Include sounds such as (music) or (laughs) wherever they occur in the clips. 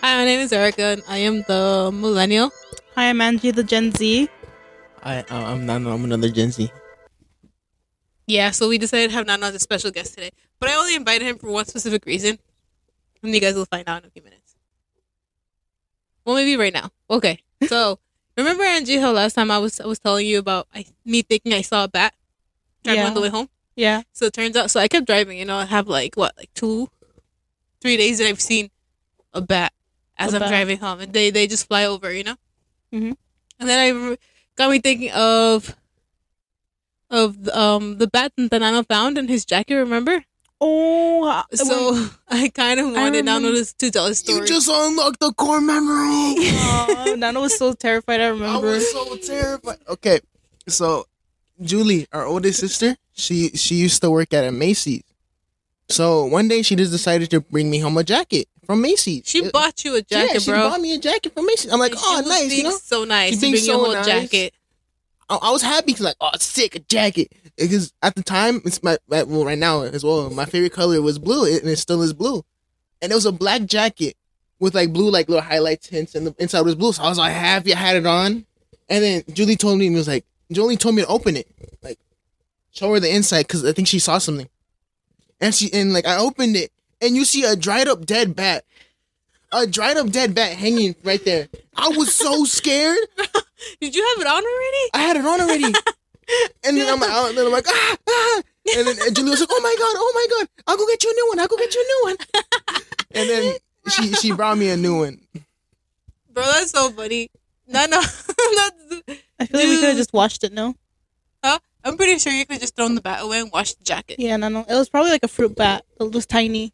Hi, my name is Erica, and I am the millennial. Hi, I'm Angie, the Gen Z. I, I I'm not. I'm another Gen Z. Yeah, so we decided to have Nana as a special guest today, but I only invited him for one specific reason, and you guys will find out in a few minutes. Well, maybe right now. Okay, so remember Angie how last time I was I was telling you about I, me thinking I saw a bat driving Yeah. on the way home. Yeah. So it turns out, so I kept driving, you know, I have like what, like two, three days that I've seen a bat as i A I'm bat. driving home, and they they just fly over, you know. Mhm. And then I remember- got me thinking of of the, um the bat that Nano found in his jacket. Remember? Oh, So (laughs) I kind of wanted Nano remember. to, to tell his story. You just unlocked the core (laughs) memory. Aw, Nana was so terrified. I I remember. was so terrified. Okay, so Julie, our oldest sister, she she used to work at a Macy's. So one day she just decided to bring me home a jacket from Macy's. she It- bought you a jacket, yeah, she bro. bought me a jacket from Macy's. I'm like, And she oh, was nice. You being know, so nice. She to being bring you a so whole nice. jacket. I, I was happy because like, oh, sick, a jacket. Because at the time, it's my, my well, right now as well. My favorite color was blue, and it still is blue. And it was a black jacket with like blue, like little highlight tints, and the inside was blue. So I was like happy I had it on. And then Julie told me, and was like, Julie told me to open it, like show her the inside, because I think she saw something. And she and like I opened it, and you see a dried up dead bat. A dried up dead bat hanging right there. I was so scared. Did you have it on already? I had it on (laughs) already. and then I'm out, and then I'm like, ah, ah. And then and Julie was like, oh my god, oh my god, I'll go get you a new one, I'll go get you a new one. (laughs) And then she she brought me a new one. Bro, that's so funny. (laughs) Nano, that's, I feel like we could have Dude. just washed it. No. Huh? I'm pretty sure you could just thrown the bat away and washed the jacket. Yeah, Nana. It was probably like a fruit bat. It was tiny.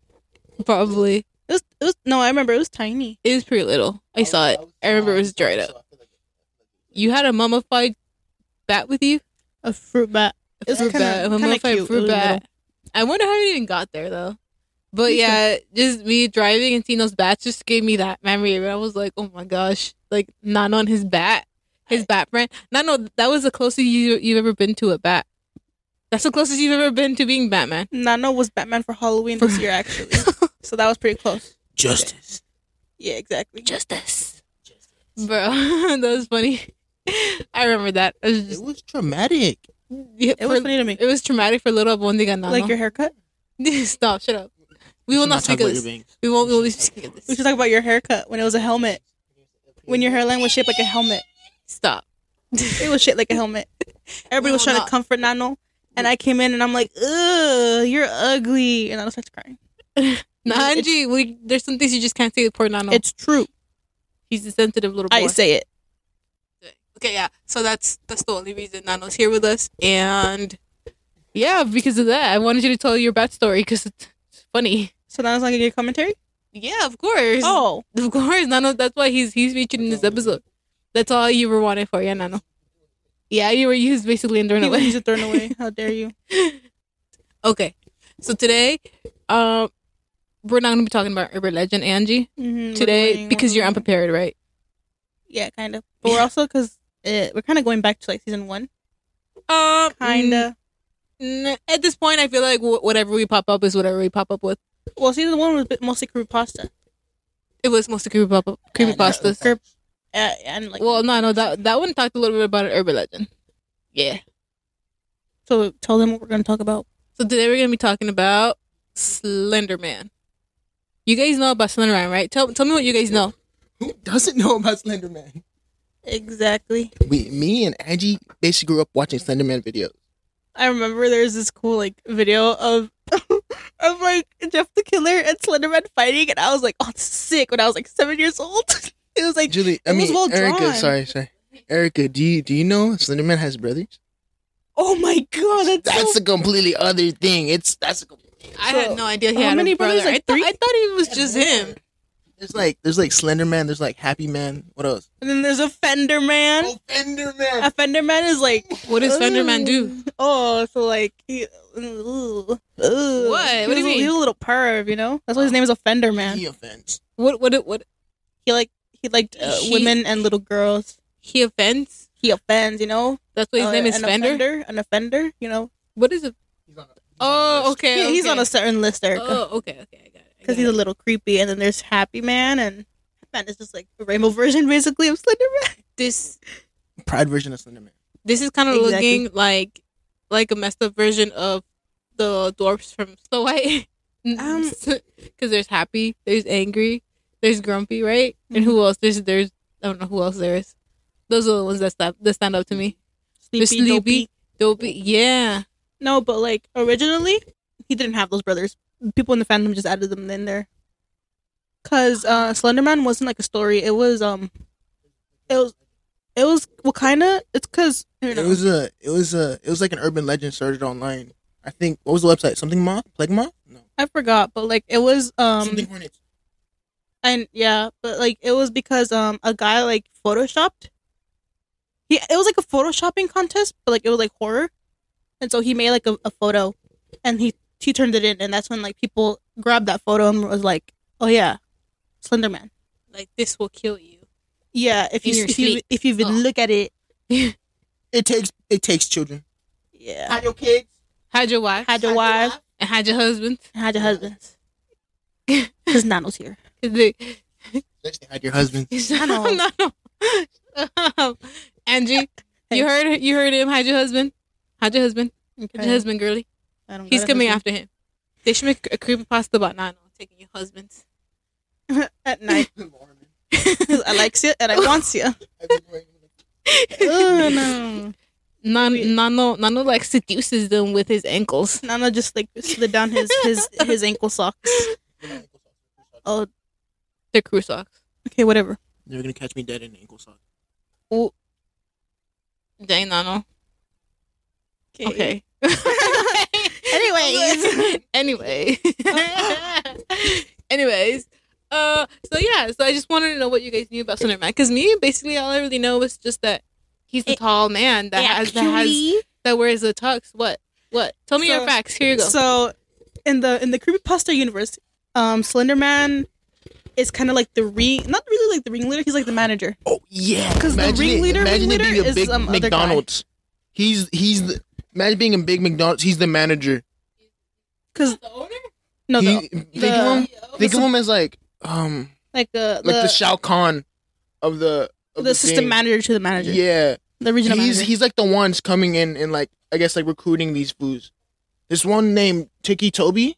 Probably. It was. It was. No, I remember. It was tiny. It was pretty little. I saw it. I remember it was dried up. You had a mummified bat with you? A fruit bat. It was Fruit kinda- bat. A kinda mummified cute. It fruit was bat. I wonder how it even got there though. But yeah, just me driving and seeing those bats just gave me that memory. And I was like, oh my gosh. Like, not on his bat. His bat friend. Not no, that was the closest you, you've ever been to a bat. That's the closest you've ever been to being Batman. little. Nana was Batman for Halloween this year, actually. so that was pretty close. Justice. Yeah, exactly. Justice. Bro, (laughs) that was funny. I remember that. It was It just was traumatic. yeah, It was for- funny to me. it was traumatic for little one thing Like your haircut. (laughs) Stop, shut up. We will not speak of this. We won't we will be speaking of We this. should talk about your haircut when it was a helmet. When your hairline was shaped like a helmet. Stop. It was shaped like a helmet. Everybody was will trying not. to comfort Nano. And I came in and I'm like, ugh, you're ugly. And Nano starts crying. Nah, It's- Angie, we there's some things you just can't say with poor Nano. It's true. He's a sensitive little Oh, boy. I say it. Okay, yeah. So that's that's the only reason Nano's here with us. And yeah, because of that, I wanted you to tell your bat story because it's it's funny. So Nano's not gonna get commentary? Yeah, of course. Oh. Of course, Nano. That's why he's he's featured in this episode. That's all you were wanted for, yeah, Nano. Yeah, you were used basically in throwing He away. was thrown away. (laughs) How dare you? Okay, so today, um, we're not gonna be talking about urban legend, Angie, Mhm, we're today going- because we're you're going- unprepared, right? Yeah, (laughs) kind of. But we're also because we're kind of going back to like season one. Um, Kind of. n- at this point, I feel like wh- whatever we pop up is whatever we pop up with. Well, season one was a bit mostly creepy pasta. It was mostly creepy pop up, creepy pastas. Uh, and like, well, no, no, that that one talked a little bit about an urban legend. Yeah. so tell them what we're gonna talk about. So today we're gonna be talking about Slender Man. You guys know about Slender Man, right? Tell tell me what you guys know. Who doesn't know about Slenderman? Exactly. We, me and Angie basically grew up watching Slenderman videos. I remember there was this cool like video of (laughs) of like Jeff the Killer and Slenderman fighting, and I was like, oh, this is sick. When I was like seven years old, (laughs) it was like Julie, I It was mean well Erica. drawn. Sorry, sorry. Erica, do you do you know Slenderman has brothers? Oh my god, that's, That's so- a completely other thing. It's that's a I So, had no idea he how had a many brothers? brother. Like I, thought three? I thought it was just him. There's like there's like Slender Man, there's like Happy Man. What else? and then there's a Fender Man. Oh, Fender A Man. Fender Man is like What does Slender Man do? Ooh. Oh, so like he, ooh, ooh. what? What do you mean? He's a little perv, you know. That's why his name is Offender Man. He offends. What what what? He like he liked uh, He- women and little girls. He offends. He offends, you know. That's why his Uh, name is an Fender. offender, an offender, you know. What is it? He's on a- he's on a Oh, list. okay. Yeah, he's okay. on a certain list, Erica, Oh, okay, okay. I got it. I because got he's a it. little creepy. And then there's Happy Man and Man, it's just like a rainbow (laughs) version, basically, of Slenderman. This Pride version of Slenderman. this is kind of Exactly. looking like like a messed up version of the dwarfs from Snow White. (laughs) Um, because there's happy, there's angry, there's grumpy, right? And Mm-hmm. who else? There's there's I don't know who else there is. Those are the ones that stand that stand up to me. There's Sleepy, sleepy, dopey, dopey. yeah. No, but like originally, he didn't have those brothers. People in the fandom just added them in there. Cause uh, Slenderman wasn't like a story. It was um, it was, it was well, kind of. It's cause you It know, was a. It was a. It was like an urban legend started online. I think. What was the website? Something moth? Plague moth? No. I forgot, but like it was um, Something hornets. and yeah, but like it was because um, a guy like photoshopped. He it was like a photoshopping contest, but like it was like horror, and so he made like a, a photo, and he he turned it in, and that's when like people grabbed that photo and was like, oh yeah, Slenderman. Like this will kill you. Yeah, if In you your if you, sleep. if you even Oh. look at it, It takes. It takes children. yeah, your kids. Hide your wife. Hide your wife. and hide your husband. (laughs) hide your husbands. Cause Nano's here. 'Cause they- Especially hide your (laughs) husband. I know. (laughs) no, no. (laughs) Angie, Hey. you heard you heard him. Hide your husband. Hide your husband. Hide your husband, girly. I don't He's got a coming husband. after him. They should make a creepypasta about Nano taking your husbands. (laughs) at (laughs) night. I likes you and I wants you. Oh no, Nan- Nano Nano like seduces them with his ankles. Nano just like slid down his his his ankle socks. Oh, They're crew socks. okay, whatever. They're gonna catch me dead in ankle sock. Dang Nano. (laughs) Okay. (laughs) Anyways. anyway. Anyways. Uh so yeah, so I just wanted to know what you guys knew about Slenderman. Because me basically all I really know is just that he's a It- tall man that has that has Actually, that wears a tux. What? What? Tell me your So- facts. Here you go. So, in the in the creepypasta universe, um, Slenderman is kind of like the ring, not really like the ringleader. He's like the manager. Oh yeah, 'Cause the Imagine it- ringleader- Imagine it ringleader being a is big some other guy. McDonald's. He's he's the, imagine being a big McDonald's. He's the manager. Because the owner? no, He- the, think the- of him. Think of him as like um like the like the, the, Shao Kahn of the the, of the system thing. manager to the manager, Yeah, the regional he's manager. he's like the ones coming in and like I guess like recruiting these fools. This one named (laughs) Tiki Toby.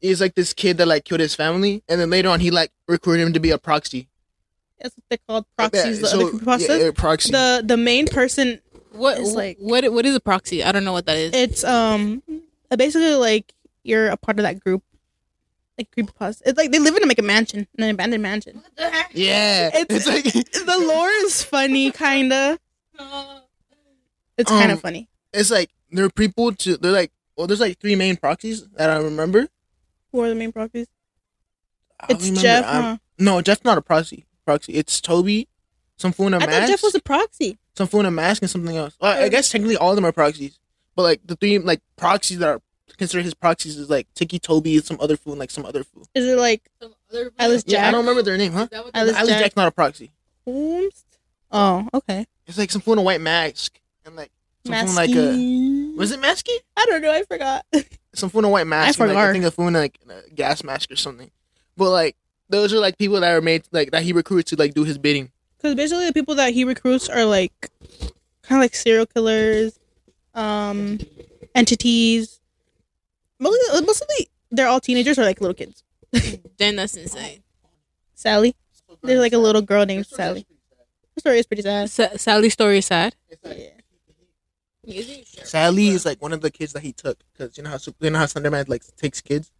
is like this kid that like killed his family, and then later on he like recruited him to be a proxy. That's what they're called proxies. Yeah, the, so- other creepypasta. yeah, a proxy. The the main person, What? It's like- what? What is a proxy? I don't know what that is. it's um basically like you're a part of that group, like creepypasta. It's like they live in like a mansion, an abandoned mansion. yeah, (laughs) It's- it's like The lore is funny, kinda. It's Um, kind of funny. it's like there are people to they're like well there's like three main proxies that I remember. Who are the main proxies? I don't It's remember, Jeff. um, Huh? No, Jeff's not a proxy. Proxy. It's Toby, some fool in a I mask, thought Jeff was a proxy. some fool in a mask, and something else. Well, I- I guess technically all of them are proxies, but like the three like proxies that are considered his proxies is like Tiki Toby and some other fool and like some other fool. Is it like Alice Yeah, I Jack? don't remember their name, huh? Alice Alice, Jack. Jack's not a proxy. Holmes? Oh, okay. It's like some fool in a white mask and like some fool in like a Masky. was it Masky? I don't know. I forgot. (laughs) some fool in a white mask. I and, like, forgot. I think a fool in like a gas mask or something. But like those are like people that are made like that he recruits to like do his bidding. Because basically, the people that he recruits are like kind of like serial killers, um, entities. Most of, the- most of the they're all teenagers or like little kids. Then that's insane. Sally, there's like a little girl named Sally. Her story is pretty sad. Sa- Sally's story is sad. Yeah. Sally is like one of the kids that he took because you know how Sup- you know how Slenderman like takes kids.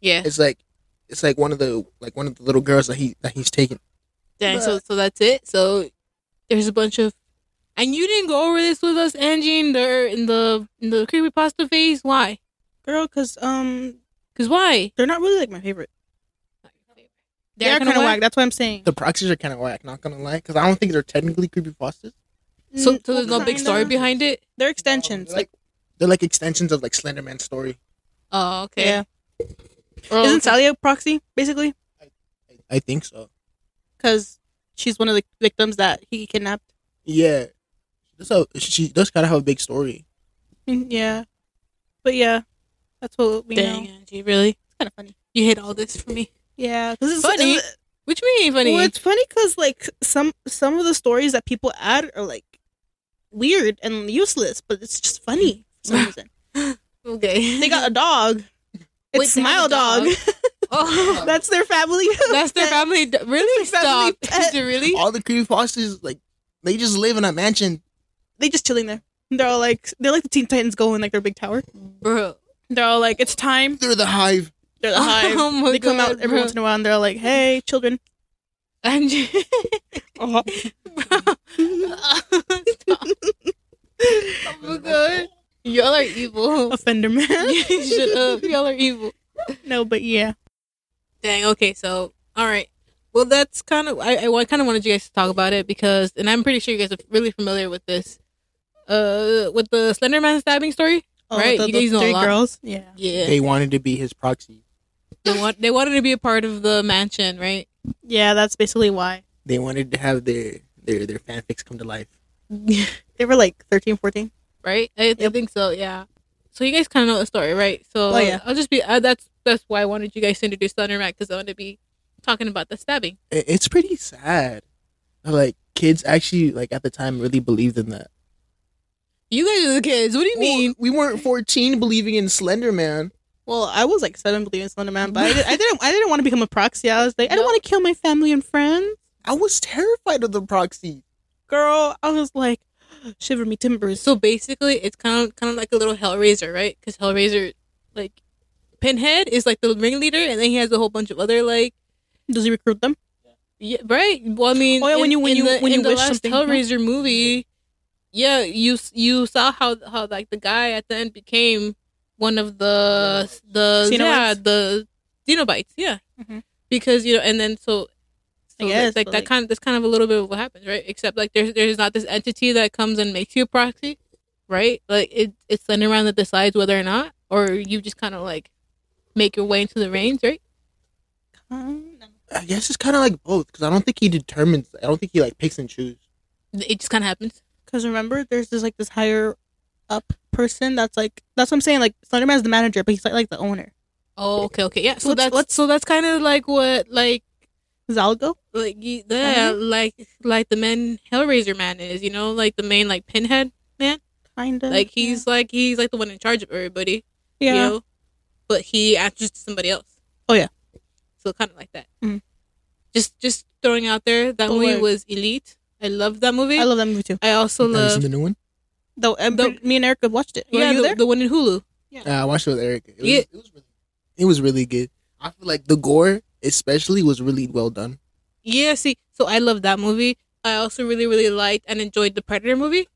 Yeah. It's like it's like one of the like one of the little girls that he that he's taken. Dang. So so that's it. So there's a bunch of, and you didn't go over this with us, Angie, in the in the in the creepypasta phase. Why? Girl, because um, Cause why? they're not really like my favorite. They They're are kind of whack. That's what I'm saying. The proxies are kind of whack, not gonna lie, because I don't think they're technically creepy creepypastas. So, Mm, so there's no well, big story kinda. behind it. They're extensions. They're Like, like they're like extensions of like Slenderman's story. Oh, okay. yeah. Oh, Isn't okay. Sally a proxy basically? I think so. Because she's one of the victims that he kidnapped. Yeah, that's how she does kind of have a big story. Mm, Yeah, but yeah, that's what we know. Dang, Angie, really? It's kind of funny. You hid all this from me. Yeah, because it's Funny. it's- Which mean funny? Well, it's funny because like some some of the stories that people add are like weird and useless, but it's just funny for (laughs) some reason. okay. They got a dog. It's Wait, they have Smile a dog? Dog. (laughs) (laughs) Oh, That's their family. (laughs) that's their family. d- Really? That's their family Stop. (laughs) pet. Did you really? All the creepypastas, like, they just live in a mansion. they just chilling there. They're all like they're like the Teen Titans go in like their big tower. Bro. They're all like it's time. They're the hive. They're (laughs) the Oh hive. my they come God, out every bro. once in a while and they're like, hey children. And you- Uh-huh. Bro. Stop. (laughs) Oh my god. Y'all are evil. (laughs) (laughs) Offender (laughs) man. Shut up. Y'all are evil. no, but yeah. Dang. Okay. So, all right. Well, that's kind of I, I kind of wanted you guys to talk about it because, and I'm pretty sure you guys are really familiar with this, uh, with the Slender Man stabbing story. Right, the, you the guys know a three lot. girls. Yeah. Yeah. They wanted to be his proxy. They want they wanted to be a part of the mansion, right? Yeah, that's basically why. They wanted to have their their their fanfics come to life. They were like 13, 14. right? I, I Yep. think so. Yeah. So you guys kind of know the story, right? So Oh, yeah. I'll just be uh, that's that's why I wanted you guys to introduce Slender Man because I want to be talking about the stabbing. I- It's pretty sad. Like kids actually like at the time really believed in that. You guys are the kids. What do you mean? we weren't 14 believing in Slender Man. Well, I was like seven believing Slender Man, (laughs) but I, did, I didn't. I didn't want to become a proxy. I was like, I don't No. want to kill my family and friends. I was terrified of the proxy. Girl, I was like, (gasps) shiver me timbers. So basically, it's kind of kind of like a little Hellraiser, right? Because Hellraiser, like Pinhead, is like the ringleader, and then he has a whole bunch of other like. Does he recruit them? Yeah, right. Well, I mean, Oh, yeah, when in- you- when in you- the, when in you the wish last something, no? Hellraiser movie, yeah, you s- you saw how how like the guy at the end became one of the the Xenobites? yeah the xenobites, yeah, Mhm. because you know, and then so. So I guess, that, like but, that like- kind of that's kind of a little bit of what happens, right? Except like there's there's not this entity that comes and makes you a proxy, right? Like it it's Slender Man that decides whether or not, or you just kind of like make your way into the reins, right? Um, I guess it's kind of like both because I don't think he determines. I don't think he like picks and chooses. It just kind of happens. Because remember, there's this like this higher up person that's like that's what I'm saying. Like Slenderman's the manager, but he's like, like the owner. Oh, okay, okay, yeah. So Let's- that's let's- so that's kind of like what like Zalgo. like you- yeah, like like the main Hellraiser man is, you know, like the main like Pinhead, Kind of like he's like he's like the one in charge of everybody, yeah. you know, but he answers to somebody else. Oh, yeah. so kind of like that. Mhm. Just just throwing out there that Oh, movie word. was elite. I loved that movie. I, I love that movie too. also Have you seen love the new one? Though um, The- me and Erica watched it. Were yeah you the, there? the one in Hulu. Uh, I watched it with Eric. It was, Yeah. it was really, it was really good. I feel like the gore, especially, was really well done. Yeah, see, so I love that movie. I also really, really liked and enjoyed the Predator movie.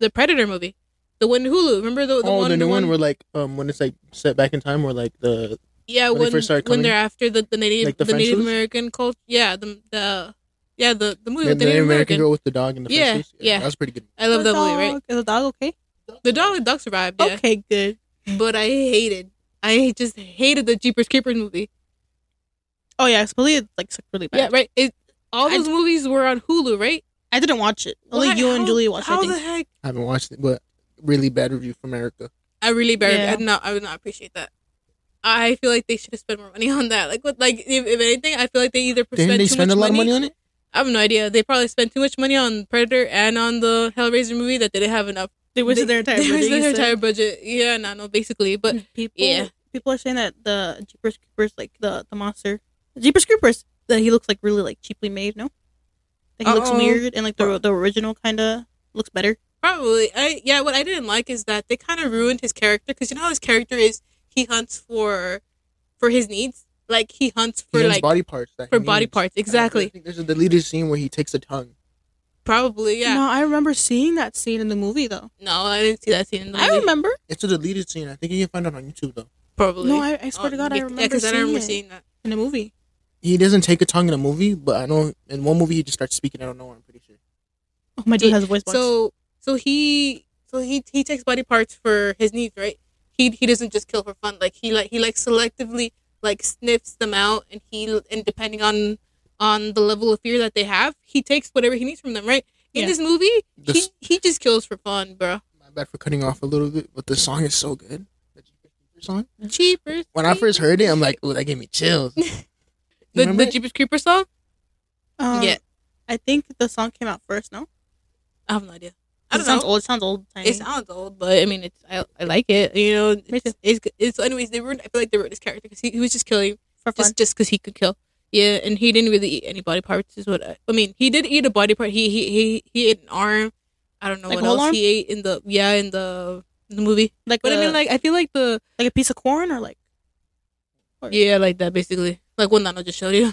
The Predator movie. The one in Hulu. Remember the, the oh, one the new one, one where like um when it's like set back in time, where like the Yeah, when they when first started when coming? they're after the, the Native Like the the, French Native dudes? American cult yeah, the the yeah, the, the movie the, with the the Native American, American. girl with the dog and the Yeah, fishes. yeah. that was pretty good. I love The that movie, right? dog- Is the dog okay? The dog the dog survived, yeah. Okay, good. But I hated I just hated the Jeepers Creepers movie. Oh yeah, it's really like sucked really bad. Yeah, right. It all I- those movies were on Hulu, right? I didn't watch it. Only Why- you and how- Julie watched. it, How I the think. heck? I haven't watched it, but really bad review from Erica. I really barely. Yeah. I did not. I would not appreciate that. I feel like they should have spent more money (laughs) on that. Like what? Like if, if anything, I feel like they either Didn't spent they too spend a much lot of money on it? I have no idea. They probably spent too much money on Predator and on the Hellraiser movie that they didn't have enough. They wasted They- (laughs) their entire. They wasted birthday, their you said? entire budget. Yeah, no, no, basically. But people Yeah. people are saying that the Jeepers Creepers, like the the monster, Jeepers Creepers, that he looks like really like cheaply made. No, that he looks Uh-oh. weird and like the the original kind of looks better. probably, I yeah. What I didn't like is that they kind of ruined his character because you know how his character is. He hunts for, for his needs. Like he hunts for He has like body parts. that he for body needs. parts. I think- I Exactly. think there's a deleted scene where he takes a tongue. Probably. Yeah. No, I remember seeing that scene in the movie though. No, I didn't see that scene. In the I movie. remember. It's a deleted scene. I think you can find it on YouTube though. Probably. No, I, I swear to Oh, God, I remember because seeing I remember it seeing that. in the movie. He doesn't take a tongue in a movie, but I know in one movie he just starts speaking out of nowhere. I'm pretty sure. Oh, my dude Yeah, has a voice box. So so he so he he takes body parts for his needs, right? He he doesn't just kill for fun. Like he like he like selectively like sniffs them out, and he and depending on on the level of fear that they have, he takes whatever he needs from them, right? In Yeah. this movie, The s- he he just kills for fun, bro. My bad for cutting off a little bit, but the song is so good. The Jeepers Creepers song. Jeepers. When I Creepers. (laughs) first heard it, I'm like, "Oh, that gave me chills." the, remember the it? Jeepers Creeper song. Um, Yeah. I think the song came out first. No, I have no idea. I it don't sounds know. old. It sounds old. It sounds old, but I mean, it's I, I like it. You know, Me it's, it's it's. So anyways, they ruined. I feel like they ruined his character because he, he was just killing for fun. just just because he could kill. Yeah, and he didn't really eat any body parts. Is what I, I mean. He did eat a body part. He he he, he ate an arm. I don't know Like what whole else arm? Uh, he ate in the yeah in the in the movie. like, But I mean, like, like I feel like the like a piece of corn or like yeah like that basically like what Nano just showed you.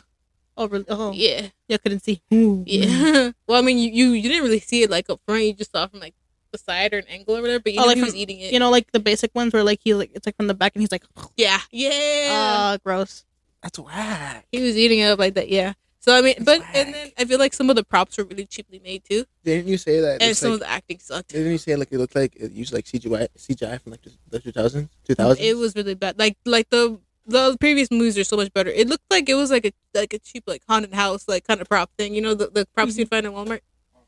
oh, really? oh Mm-hmm. yeah. Yeah, I couldn't see. yeah. (laughs) well, I mean, you, you you didn't really see it like up front. You just saw from like the side or an angle or whatever. But you Oh, know like he from- was eating it. (laughs) You know, like the basic ones where like he like it's like from the back and he's like, yeah, (laughs) yeah. ah, gross. That's whack. He was eating it up like that, yeah. So I mean, That's but whack. and then I feel like some of the props were really cheaply made too, Didn't you say that? and it's some of like, the acting sucked. didn't you say like it looked like it used like CGI CGI from like the 2000s, 2000s? It was really bad. Like like the the previous movies are so much better. It looked like it was like a like a cheap like haunted house like kind of prop thing. You know the, the props you'd find in Walmart.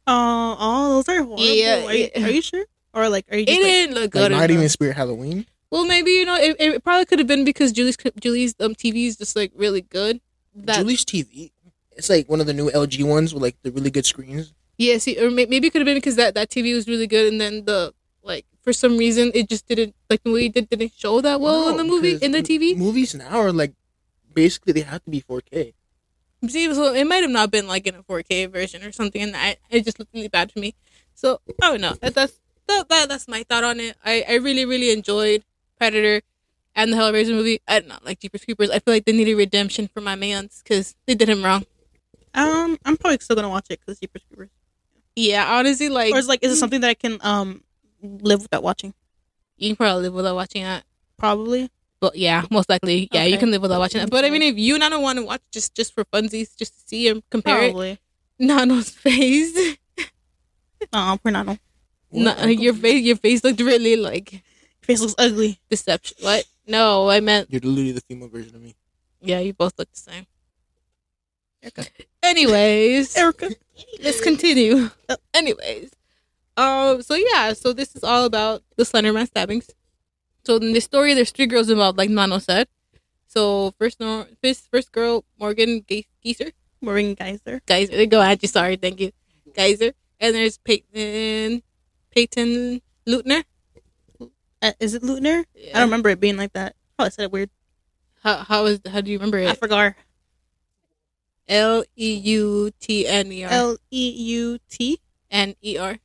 Oh, oh, those are horrible. Yeah, are, you, yeah. are you sure? Or like, are you It just like, didn't look like, good. not enough. even Spirit Halloween. well, maybe you know it, it probably could have been because Julie's Julie's um TV is just like really good. That Julie's TV. It's like one of the new LG ones with like the really good screens. yeah, see, or may, maybe it could have been because that that TV was really good, and then the like for some reason it just didn't like the movie did didn't show that well in No, the movie because in the m- TV. Movies now are like basically they have to be 4K. See, so it might have not been like in a 4K version or something, and I, it just looked really bad to me. So I don't know. That, that's that, that, that's my thought on it. I, I really really enjoyed Predator and the Hellraiser movie. I don't know, like Jeepers Creepers. I feel like they needed redemption for my man's because they did him wrong. um, I'm probably still gonna watch it because Jeepers Creepers. Yeah, honestly, like Or is like, is it something that I can um live without watching? you can probably live without watching that. Probably. But yeah, most likely, yeah, you Okay. can live without watching that. But I mean, if you and I don't want to watch just just for funsies, just to see him compare it, Probably. (laughs) Nano's face, Oh, poor Nano. (laughs) Na- your face, your face looked really like Face looks (laughs) ugly. deception. What? No, I meant You're literally the female version of me. yeah. You both look the same. Anyways, (laughs) Erica. let's continue. Oh. Anyways, um, so yeah, so this is all about the Slenderman stabbings. So in this story, there's three girls involved, like Nano said. So first, no, first, first girl, Morgan Ge- Geiser, Maureen Geyser. Geyser. They go at you. Sorry, thank you, Geyser. And there's Peyton, Peyton Lutner. Uh, is it Lutner? Yeah. I don't remember it being like that. Probably said it weird. How how is how do you remember I it? forgot. L e u t n e r L E U T. and e r.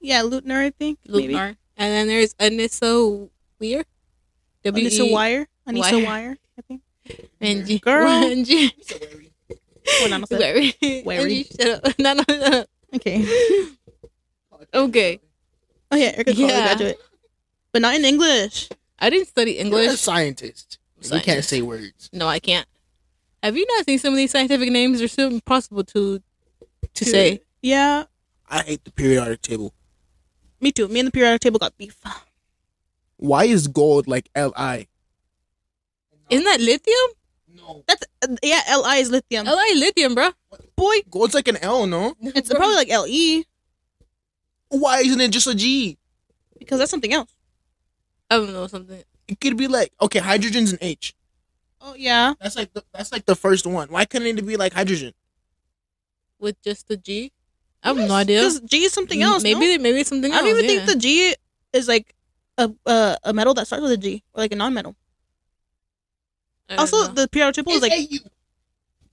Yeah, Lutner, I think. maybe. Lunar. And then there's Anissa Weir. W Anissa E- Wire. Wire. Anissa Wire. I think. and G- Girl. and G- Oh, (laughs) Nano said. Wary. Wary. And you shut up. (laughs) No, no, no. Okay. (laughs) Okay. Oh yeah, Erica Cole, Yeah. graduate, but not in English. I didn't study You're a English. scientist. You can't Scientist. say words. No, I can't. Have you not seen some of these scientific names? They're so impossible to to Dude. say. Yeah, I hate the periodic table. me too. Me and the periodic table got beef. Why is gold like Li? Isn't that lithium? No. That's uh, yeah. L I is lithium. Li lithium, bro. Boy, Gold's like an L, no? (laughs) it's probably like L E Why isn't it just a G? because that's something else. I don't know something. It could be like okay, hydrogen's an H. Oh yeah, That's like the, that's like the first one. Why couldn't it be like hydrogen? with just the G. I have no idea. because G is something else. Maybe no? they- maybe it's something I else. don't even yeah. think the G is like a uh, a metal that starts with a G or like a non-metal. I don't Also, know. the periodic table is like it's AU.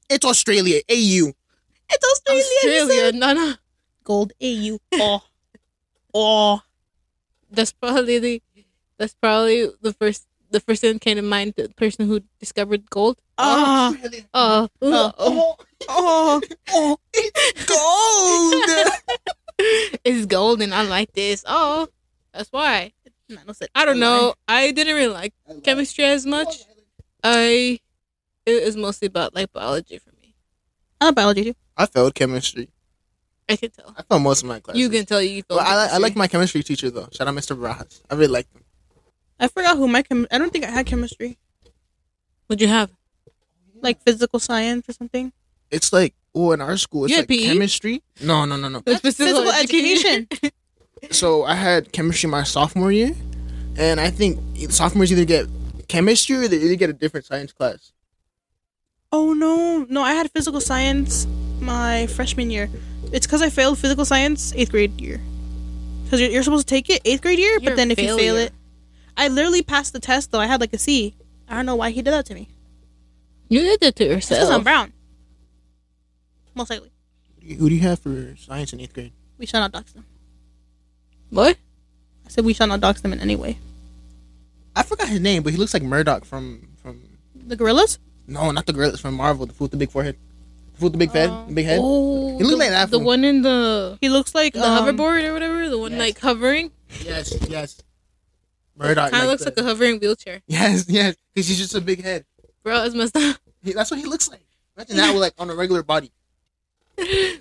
It's Australia. AU. Australia. you Australia, said. no, no. Gold A U. Oh, oh. that's probably the that's probably the first the first thing that came to mind the person who discovered gold Ah, Australia. oh oh, Oh, oh, Uh-huh. oh, it's gold. (laughs) it's gold and i like this oh that's why Nah, no, said i don't L I. know i didn't really like (laughs) chemistry as much i it was mostly about like biology for me I like biology too. I failed chemistry. i can tell I failed most of my classes. you can tell you Well, felt I, like- I like chemistry. my chemistry teacher though. Shout out, Mr. Barajas. I really like him. I forgot who my chem. I don't think I had chemistry, what'd you have like physical science or something. It's like, oh, in our school, it's You had E? like PE? chemistry. No, no, no, no. (laughs) That's physical education. So I had chemistry my sophomore year, and I think sophomores either get chemistry or they either get a different science class. Oh no, no, I had physical science my freshman year. It's because I failed physical science eighth grade year. Because you're, you're supposed to take it eighth grade year, You're but a then if you fail failure. it, I literally passed the test though. I had like a C. I don't know why he did that to me. You did that to It's because I'm yourself. brown. Most likely, Who do you have for science in eighth grade? we shall not dox them. What? I said we shall not dox them in any way. I forgot his name, but he looks like Murdoch from from The gorillas. no, not the girl. It's from Marvel. The fool with the big forehead, the fool with the big head, Oh. the big head. Oh, He looked the, like that The fool. one in the He looks like the um, hoverboard or whatever. The one Yes. like hovering. Yes, yes. Murdoch Kind of looks like a hovering wheelchair. (laughs) yes, yes. Because he's just a big head. Bro, it's messed up. (laughs) He, that's what he looks like. Imagine that with like on a regular body.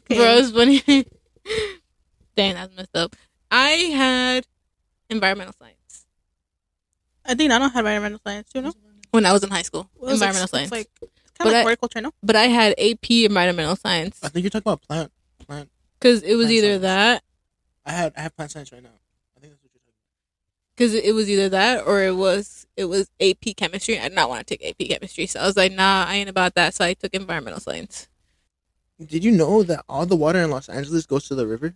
Bro, it's funny. (laughs) Dang, that's messed up. I had environmental science I think I don't have environmental science. You know, when I was in high school. It was, environmental like, science. It's like But kind of I- like horticulture. No, but I had AP environmental science I think you're talking about plant. Plant. because it was Plant either science. that I have I have plant science right now. I think that's what you're talking because it was either that or it was it was AP chemistry. I did not want to take AP chemistry, so I was like, nah, I ain't about that. So I took environmental science about. Did you know that all the water in Los Angeles goes to the river?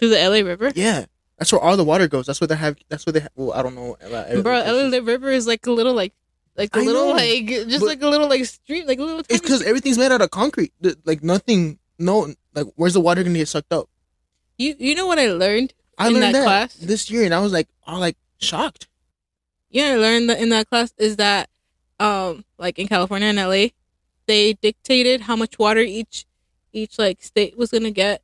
through the LA River. Yeah, that's where all the water goes. That's where they have. That's where they. Have, well, I don't know about. every Bro, location. LA River is like a little like like a I little know, like just but- like a little like stream like a little. It's tiny because everything's made out of concrete. The- Like nothing. No. Like where's the water gonna get sucked up? You you know what I learned? I In learned that that class? this year, and I was like, all like shocked. You know what I learned that in that class is that um like in California and LA, they dictated how much water each each like state was gonna get.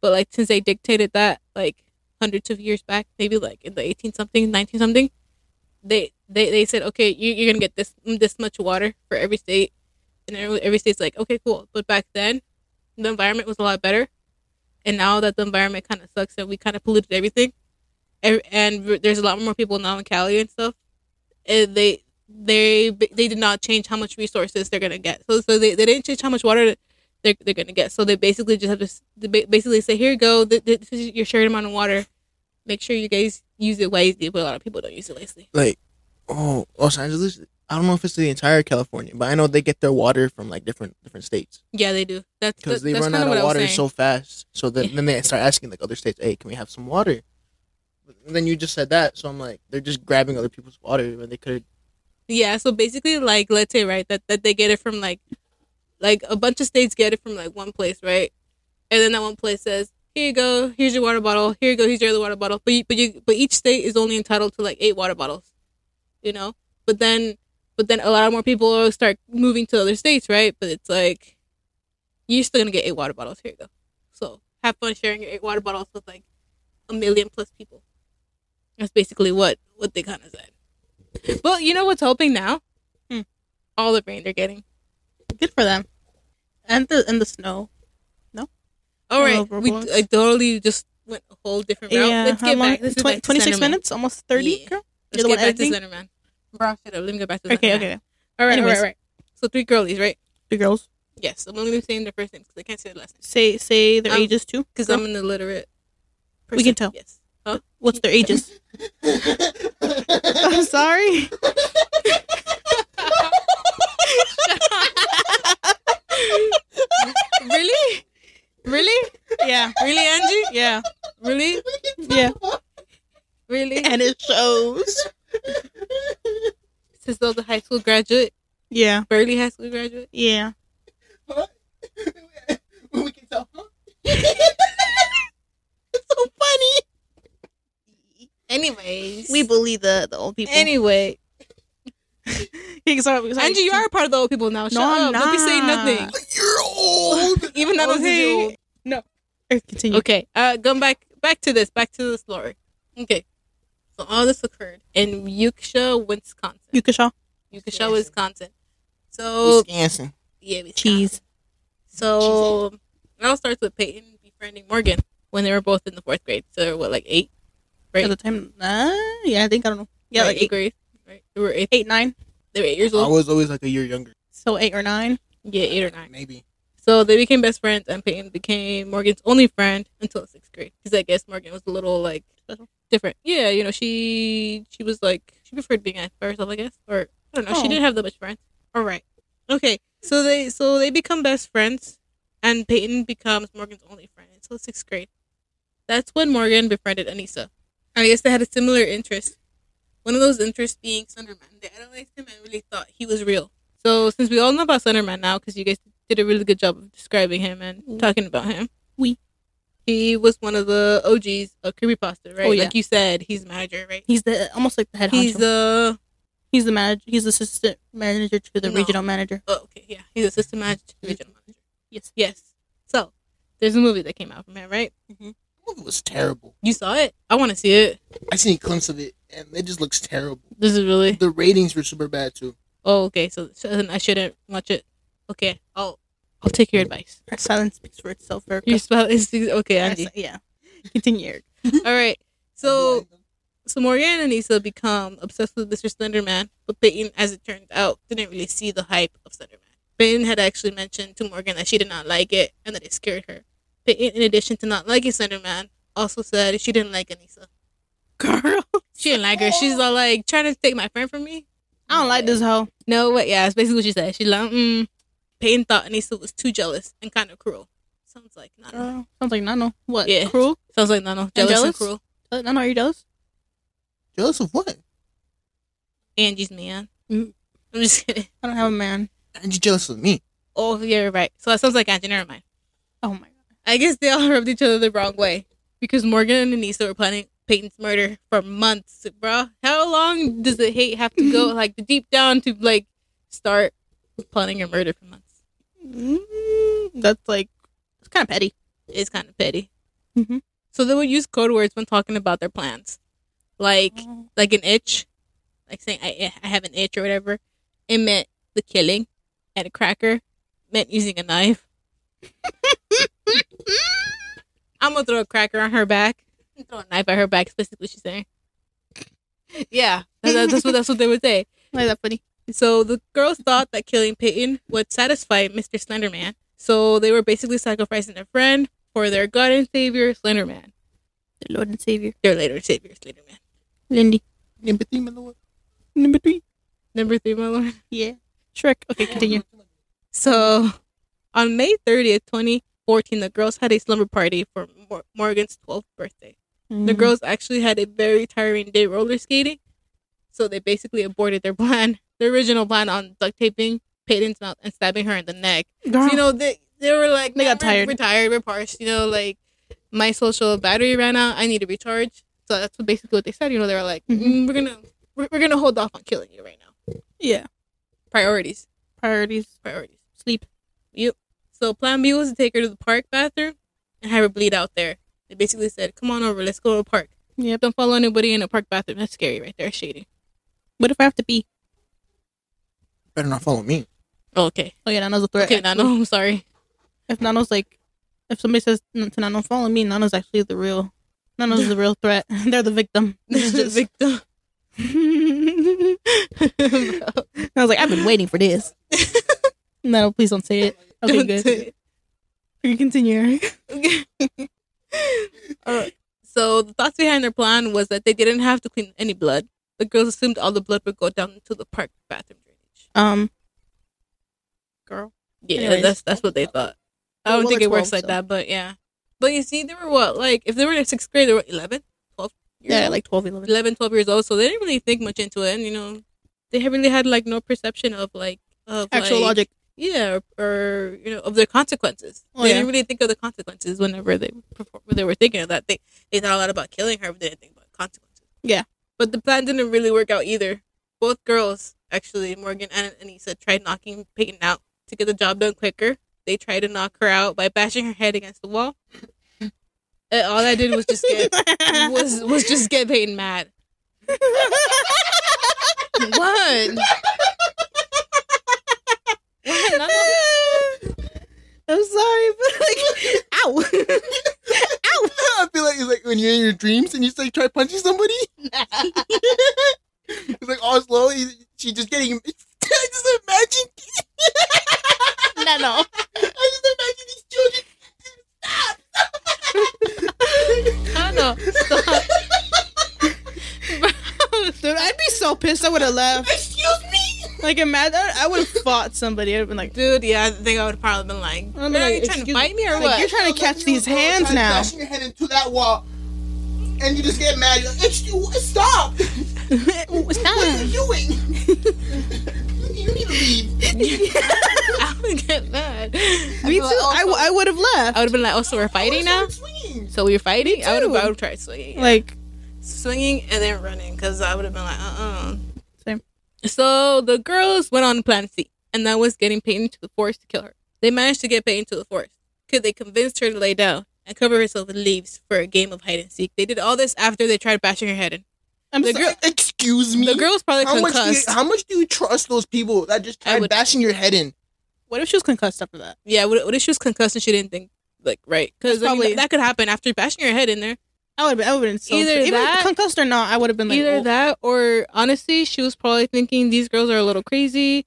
But like since they dictated that like hundreds of years back, maybe like in the eighteen something, nineteen something, they they, they said okay, you, you're gonna get this this much water for every state, and every, every state's like okay, cool. But back then, the environment was a lot better, and now that the environment kind of sucks and we kind of polluted everything, ev- and r- there's a lot more people now in Cali and stuff, eh, they they they did not change how much resources they're gonna get. So so they, they didn't change how much water they're, they're gonna get. So they basically just have to s- they ba- basically say here you go, th- th- this is your shared amount of water. Make sure you guys use it wisely, but a lot of people don't use it wisely. Like, oh, Los Angeles. I don't know if it's the entire California, but I know they get their water from like different different states Yeah, they do. That's because that, they that's run kind of out what of I water was saying. so fast. So then, then they start asking like other states, "Hey, can we have some water?" And then you just said that, so I'm like, they're just grabbing other people's water when they (laughs) could. Yeah, so basically, like, let's say, right, that, that they get it from, like, like a bunch of states get it from, like, one place, right? And then that one place says, here you go, here's your water bottle, here you go, here's your other water bottle. But, you, but, you, but each state is only entitled to, like, eight water bottles, you know? But then, but then a lot more people start moving to other states, right? But it's like, you're still gonna get eight water bottles, here you go. So have fun sharing your eight water bottles with, like, a million plus people. That's basically what, what they kind of said. But you know what's helping now? Hmm. All the rain they're getting. good for them. And the and the snow. All right, over we Roblox. I totally just went a whole different route. Let's how get long- back. This is twen- back to 26 Slenderman. minutes, almost 30. Yeah. Girl. Let's You're the get one back to editing. Slenderman. Bro, shut up. Let me go back to Slenderman. Okay, okay. All right, all right, Anyways. all right. So three girlies, right? The girls Yes, I'm only saying their first names because I can't say the last name say say their Um, ages too. because girl. I'm an illiterate. Person. We can tell. Yes. (laughs) What's their ages? I'm sorry. really? Really? (laughs) yeah, Really, Angie? yeah, Really? yeah. (laughs) Really? And it shows. Since though the high school graduate, Yeah, Burley high school graduate. yeah. we can tell. So funny. Anyways, We bully the the old people. (laughs) Anyway, He's sorry, he's sorry. Angie, you are part of the old people now. Shut up. I'm Don't be saying not. nothing. You're old. (laughs) Oh, Even that was Okay. old. Okay, Continue. Okay. Uh, going back back to this. Back to this story. Okay. So all this occurred in Ukiah, Wisconsin. Yukisha. Ukiah, Wisconsin. Oh. So Wisconsin. yeah, Wisconsin. Cheese. So it all starts with Peyton befriending Morgan when they were both in the fourth grade. So they were, what, like eight? Right. At the time, uh, yeah, I think I don't know. Yeah, Right, like eight eight, grades. Right. They were eight. eight, nine. They were eight years I old. was always like a year younger. So eight or nine. Yeah, eight or nine. Maybe. So they became best friends, and Peyton became Morgan's only friend until sixth grade. Because I guess Morgan was a little like Special. different. Yeah, you know, she she was like she preferred being by herself, I guess, or I don't know. She Oh. didn't have that much friends. All right, okay. So they so they become best friends, and Peyton becomes Morgan's only friend until sixth grade. That's when Morgan befriended Anissa. I guess they had a similar interest. One of those interests being Sunderman. They idolized him and really thought he was real. So since we all know about Sunderman now, because you guys did a really good job of describing him and talking about him, Mm. Oui. he was one of the OGs of creepypasta, right? Oh, yeah. Like you said, he's manager, right? He's the almost like the head. He's honcho. the He's the manager. He's assistant manager to the No. regional manager. Oh, okay, yeah. He's assistant manager Mm-hmm. to regional manager. Yes. Yes. So, there's a movie that came out from him, right? movie was terrible. You saw it? I want to see it. I seen a glimpse of it, and it just looks terrible. This is really. The ratings were super bad too. Oh, okay. So, so then I shouldn't watch it. Okay, I'll I'll take your advice. Our silence speaks for itself. Erica. Your spell is okay, Our Andy. si- yeah. Continue. Eric. All right. So, so Morgan and Issa become obsessed with Mr. Slenderman, but Peyton, as it turned out, didn't really see the hype of Slenderman. Peyton had actually mentioned to Morgan that she did not like it and that it scared her. Peyton, in addition to not liking Slenderman, also said she didn't like Anissa. Girl, She didn't like her. She's all like trying to take my friend from me. I don't like this hoe. No, but yeah, that's basically what she said. She like, mm. Peyton thought Anissa was too jealous and kind of cruel. Sounds like not Girl. Sounds like Nano. What? Yeah. Cruel? sounds like no, no, jealous and jealous? cruel. Uh, Nano, are you jealous? jealous of what? Angie's man. Mm. Mm-hmm. I'm just kidding. I don't have a man. And you jealous of me? Oh, yeah, you're right. So that sounds like Angie. Never mind. Oh my god. I guess they all (laughs) rubbed each other the wrong way because Morgan and Anissa were planning Peyton's murder for months, bro. How long does the hate have to go, like the deep down, to like start planning your murder for months? Mm, that's like it's kind of petty. It's kind of petty. Mhm. So they would use code words when talking about their plans, like like an itch, like saying I I have an itch or whatever. It meant the killing, and a cracker meant using a knife. (laughs) I'm gonna throw a cracker on her back. (laughs) I'm gonna Throw a knife at her back. Is basically what she's saying. (laughs) Yeah, that- that- that's what that's what they would say. Why is that funny? So the girls thought that killing Peyton would satisfy Mr. Slenderman. So they were basically sacrificing their friend for their god and savior, Slenderman. The Lord and Savior, Their later savior, Slenderman. Lindy. Empathy, my lord. Number three. Number three, my lord. Yeah. Shrek. Okay, continue. So, on May 30th, 2014, the girls had a slumber party for Mor- Morgan's 12th birthday. Mm-hmm. The Mm-hmm. girls actually had a very tiring day roller skating, so they basically aborted their (laughs) plan, their original plan on duct taping Peyton's mouth and stabbing her in the neck. So, you know, they they were like, They got "Man, we're- tired. We're tired. We're parched. You know, like my social battery ran out. I need to recharge. So that's what basically what they said. You know, they were like, Mhm. "Mm, we're gonna we're, we're gonna hold off on killing you right now. yeah. Priorities, Priorities. priorities. Sleep. So plan B was to take her to the park bathroom and have her bleed out there. They basically said, "Come on over, let's go to the park. Yep. Don't follow anybody in a park bathroom. That's scary, right there, shady." What if I have to be? Better not follow me. Oh, okay, Oh yeah, Nano's a threat. okay, Nano, I'm (laughs) sorry. If Nano's like, if somebody says "N- to Nano, follow me, Nano's actually the real. Nano's the real threat. (laughs) They're the victim. the (laughs) (laughs) victim. I was like, I've been waiting for (laughs) this. no, please (laughs) don't say it. Okay, Don't good. do (laughs) it. We can continue. Eric. Alright. Uh, so the thoughts behind their plan was that they didn't have to clean any blood. The girls assumed all the blood would go down into the park bathroom drainage. Um, girl. Yeah, Anyways. that's that's what they thought. I Well, don't well, think they're it works 12, like so. that, but yeah. But you see, they were what like if they were in sixth grade, they were 11, 12 years Yeah, old? like 12, 11. 11, 12 years old, so they didn't really think much into it, and you know, they had- really had like no perception of like of Actual like, (laughs) logic. yeah, or, or you know, of their consequences. Oh, they yeah. didn't really think of the consequences whenever they perform, when they were thinking of that. They they thought a lot about killing her, but they didn't think about consequences. Yeah. but the plan didn't really work out either. Both girls, actually, Morgan and Anissa, tried knocking Peyton out to get the job done quicker. They tried to knock her out by bashing her head against the wall. And all I did was just (laughs) get was was just get Peyton mad. (laughs) What? (laughs) What? No, no. I'm sorry, but like, (laughs) ow, ow. (laughs) I feel like it's like when you're in your dreams and you just, like try (laughs) punching somebody. it's like all slow. you- She just getting. (laughs) I just imagine. No, no. (laughs) I just imagine these children. (laughs) I don't know. Stop. Dude, I'd be so pissed. I would have left. Excuse me. Like imagine I would have fought somebody. I'd been like, Dude, yeah, I think I would have probably been like, "Man, I'm like, you trying to excuse- fight me or like, what? Oh, you're trying to catch these hands now. Bashing your head into that wall, and you just get mad. You're like, "Excuse, stop! (laughs) What's (laughs) What are that? you doing? you need to (laughs) leave." I would get mad. Me too. I, w- I would have left. would have been like, oh, so we're fighting now? Swinging. So we're fighting? I would have too. I would've tried swinging. Like swinging and then running because I would have been like, uh uh Same. So the girls went on plan C, and that was getting Peyton to the forest to kill her. They managed to get Peyton to the forest because they convinced her to lay down and cover herself with leaves for a game of hide and seek. They did all this after they tried bashing her head in. I'm The so- girl- Excuse me. The girls probably how much, do you, concussed. how much do you trust those people that just I tried would- bashing your head in? What if she was concussed after that? yeah, what, what if she was concussed and she didn't think like right? Because I mean, Probably. that could happen after bashing her head in there. I would have been. I would have been insulted. Either Even that- concussed or not, I would have been like, Either oh, that or honestly, she was probably thinking these girls are a little crazy.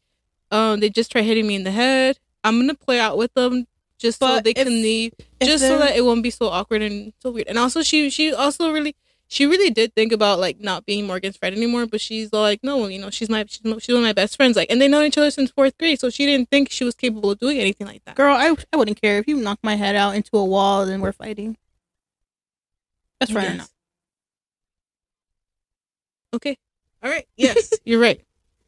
Um, they just tried hitting me in the head. I'm gonna play out with them just so But they if- can leave, if just so they're- that it won't be so awkward and so weird. And also, she she also really she really did think about like not being Morgan's friend anymore. But she's all like, no, you know, she's my she's, my- she's one of my best friends. Like, and they know each other since fourth grade, so she didn't think she was capable of doing anything like that. girl, I I wouldn't care if you knock my head out into a wall and we're fighting. That's I right. Or guess. not. Okay. All right. Yes, you're right.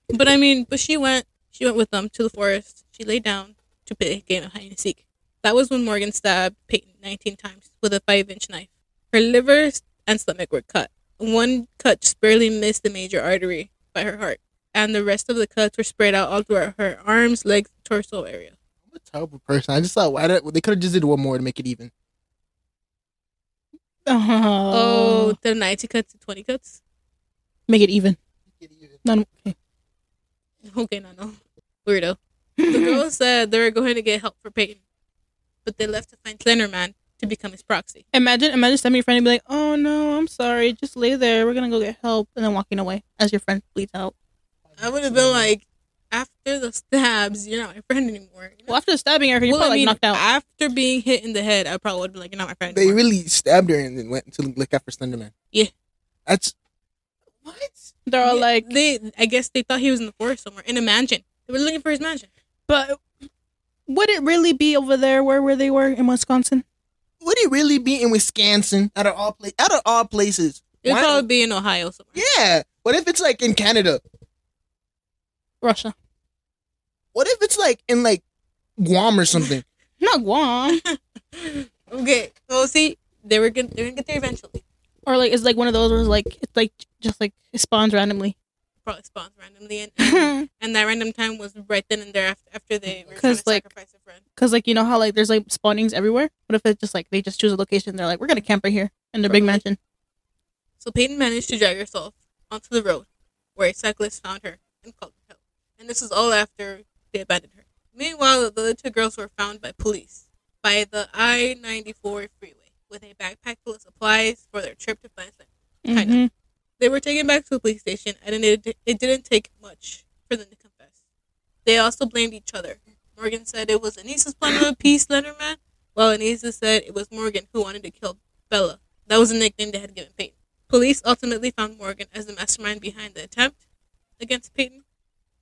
But I mean, but she went. She went with them to the forest. She lay down to play a game of hide and seek. That was when Morgan stabbed Peyton 19 times with a five-inch knife. Her liver and stomach were cut. One cut just barely missed the major artery by her heart, and the rest of the cuts were spread out all throughout her arms, legs, torso area. I'm a terrible person. I just thought why did, they could have just did one more to make it even. Oh, (laughs) Oh, the 90 cuts to 20 cuts. make it even. None. Okay. (laughs) Okay, no, no, weirdo. The (laughs) girl said they were going to get help for Peyton, but they left to find Slender Man to become his proxy. Imagine, imagine sending your friend and be like, "Oh no, I'm sorry. Just lay there. We're gonna go get help," and then walking away as your friend bleeds out. I would have been like, after the stabs, you're not my friend anymore. You know? Well, after the stabbing, Erica, you're Well, I probably mean, like, knocked out. After being hit in the head, I probably would be like, you're not my friend They anymore. really stabbed her and then went to look after Slenderman. Yeah. That's what? They're all Yeah, like, they, I guess they thought he was in the forest somewhere, in a mansion. They were looking for his mansion. "But would it really be over there where where they were in Wisconsin?" Would it really be in Wisconsin? Out of all pla- out of all places. It would Why- probably be in Ohio somewhere. yeah. What if it's like in Canada? Russia, What if it's like in like Guam or something? not Guam, (gasps) Okay, so see, they were gonna, they were gonna get there eventually. or like it's like one of those where it's like it's like just like it spawns randomly. (laughs) Probably spawns randomly, and, and, Because and that random time was right then and there after, after they were trying 'Cause, to like, sacrifice a friend. like you know how like there's like spawnings everywhere. What if it's just like they just choose a location? They're like, "We're gonna camp right here in the big Probably. mansion." So Peyton managed to drag herself onto the road where a cyclist found her and called for help. And this was all after they abandoned her. Meanwhile, the other two girls were found by police by the I 94 freeway with a backpack full of supplies for their trip to Flensburg. Kinda. Mhm. They were taken back to the police station, and it, it didn't take much for them to confess. They also blamed each other. Morgan said it was Anissa's plan to appease Slenderman, while Anissa said it was Morgan who wanted to kill Bella. That was the nickname they had given Peyton. Police ultimately found Morgan as the mastermind behind the attempt against Peyton.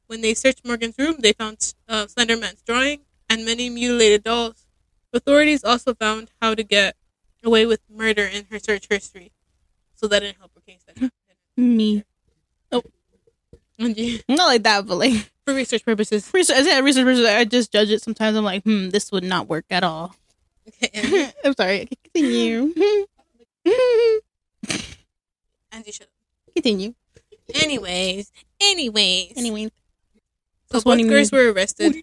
When they searched Morgan's room, they found uh, Slenderman's drawing and many mutilated dolls. Authorities also found how to get away with murder in her search history, so that didn't help her case. That Me. (laughs) And you- Not like that, but like for research (laughs) purposes. research. I say research, research. I just judge it. Sometimes I'm like, hmm, this would not work at all. (laughs) Okay, I'm sorry. (laughs) Continue. and you should. Continue. Anyways, anyways, Anyway, so That's what both I girls mean. were arrested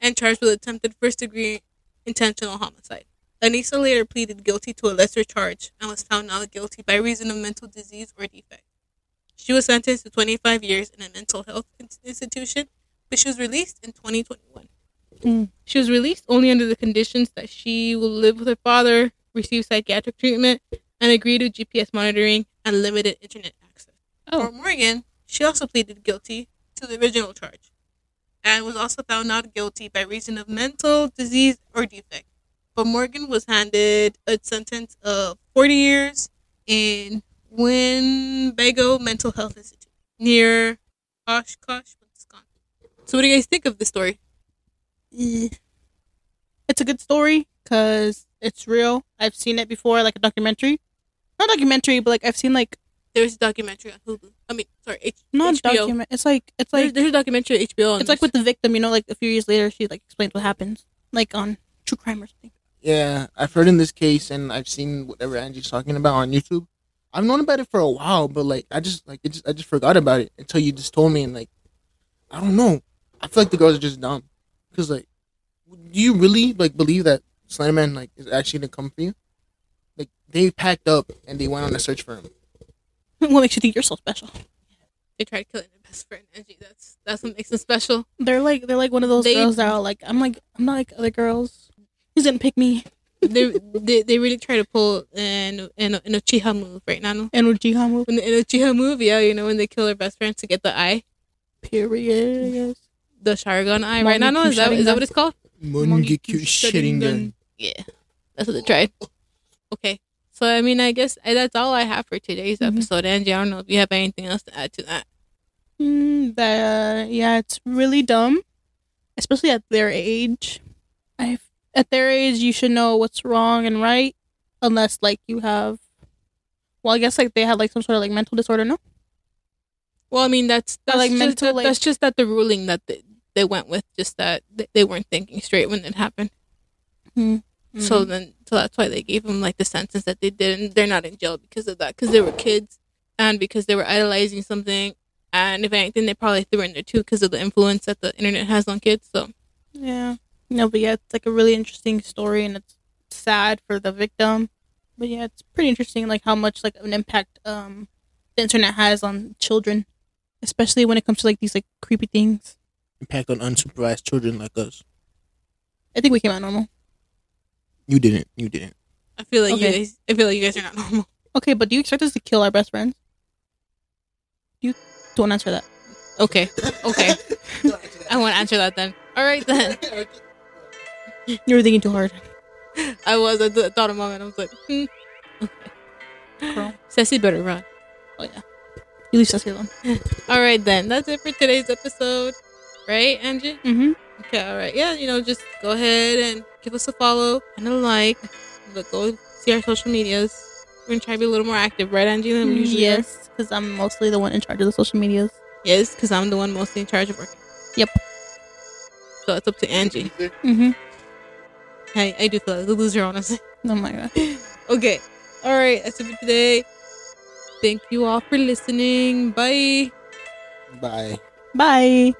and charged with attempted first degree intentional homicide. Anissa later pleaded guilty to a lesser charge and was found not guilty by reason of mental disease or defect. She was sentenced to 25 years in a mental health in- institution, but she was released in 2021. Mm. She was released only under the conditions that she will live with her father, receive psychiatric treatment, and agree to GPS monitoring and limited internet access. Oh. For Morgan, she also pleaded guilty to the original charge and was also found not guilty by reason of mental disease or defect. But Morgan was handed a sentence of 40 years in Winnebago Mental Health Institute near Oshkosh, Wisconsin. So what do you guys think of this story? Eh. It's a good story because it's real. I've seen it before, like a documentary. Not documentary, but like I've seen like There's a documentary on Hulu. I mean, sorry, H- not HBO. document. It's like it's There- like there's, a documentary on HBO. On it's like this. with the victim. You know, like a few years later, she like explains what happens, like on true crime or something. (laughs) Yeah, I've heard in this case, and I've seen whatever Angie's talking about on YouTube. I've known about it for a while, but like I just like it just, I just forgot about it until you just told me, and like I don't know. I feel like the girls are just dumb because like, do you really like believe that Slenderman like is actually gonna come for you? Like they packed up and they went on a search for him. what makes you think you're so special? they tried killing their best friend Angie. That's that's what makes them special. They're like they're like one of those They- girls that are like I'm like I'm not like other girls. He's gonna pick me they, (laughs) they they really try to pull an an an Uchiha move right now. and with Jihan will When the an Uchiha move, yeah, oh, you know when they kill their best friends to get the eye, period. I guess. the Sharingan eye, right now. Mangekyou Is that is that Sharingan. what it's called? Mangekyou Sharingan. Yeah, that's what they tried. Okay, so I mean, I guess I, that's all I have for today's Mhm. episode, Angie. I don't know if you have anything else to add to that. Mm, that yeah, it's really dumb, especially at their age. I at their age, you should know what's wrong and right, unless like you have. Well, I guess like they had like some sort of like mental disorder. No, Well, I mean, that's that's like, just mental, that- like- that's just that the ruling that they, they went with, just that they, they weren't thinking straight when it happened. So then, so that's why they gave them like the sentence that they did, and they're not in jail because of that, because they were kids, and because they were idolizing something, and if anything, they probably threw in there too because of the influence that the internet has on kids. So Mm-hmm. yeah, no, but yeah, it's like a really interesting story, and it's sad for the victim. But yeah, it's pretty interesting, like how much like of an impact um the internet has on children, especially when it comes to like these like creepy things. Impact on unsupervised children like us. I think we came out normal. You didn't. You didn't. I feel like you Okay. guys, I feel like you guys are not (laughs) normal. Okay, but do you expect us to kill our best friends? You don't answer that. Okay, okay, I won't answer that then. All right then, (laughs) You were thinking too hard. I was. I th- thought a moment. I was like, hmm. Girl. Ceci better run. Oh yeah. You leave Cecily alone. All right then, that's it for today's episode, right, Angie? Mm-hmm. Okay, all right. Yeah, you know, just go ahead and give us a follow and a like. But go see our social medias. We're gonna try to be a little more active, right, Angie? Than we Mm-hmm. usually are? Yes, because I'm mostly the one in charge of the social medias. Yes, because I'm the one mostly in charge of work. Yep. So it's up to Angie. Mm-hmm. I, I do feel like a loser, honestly. (laughs) Oh my god. Okay. All right. That's it for today. Thank you all for listening. Bye. (laughs) Bye. Bye.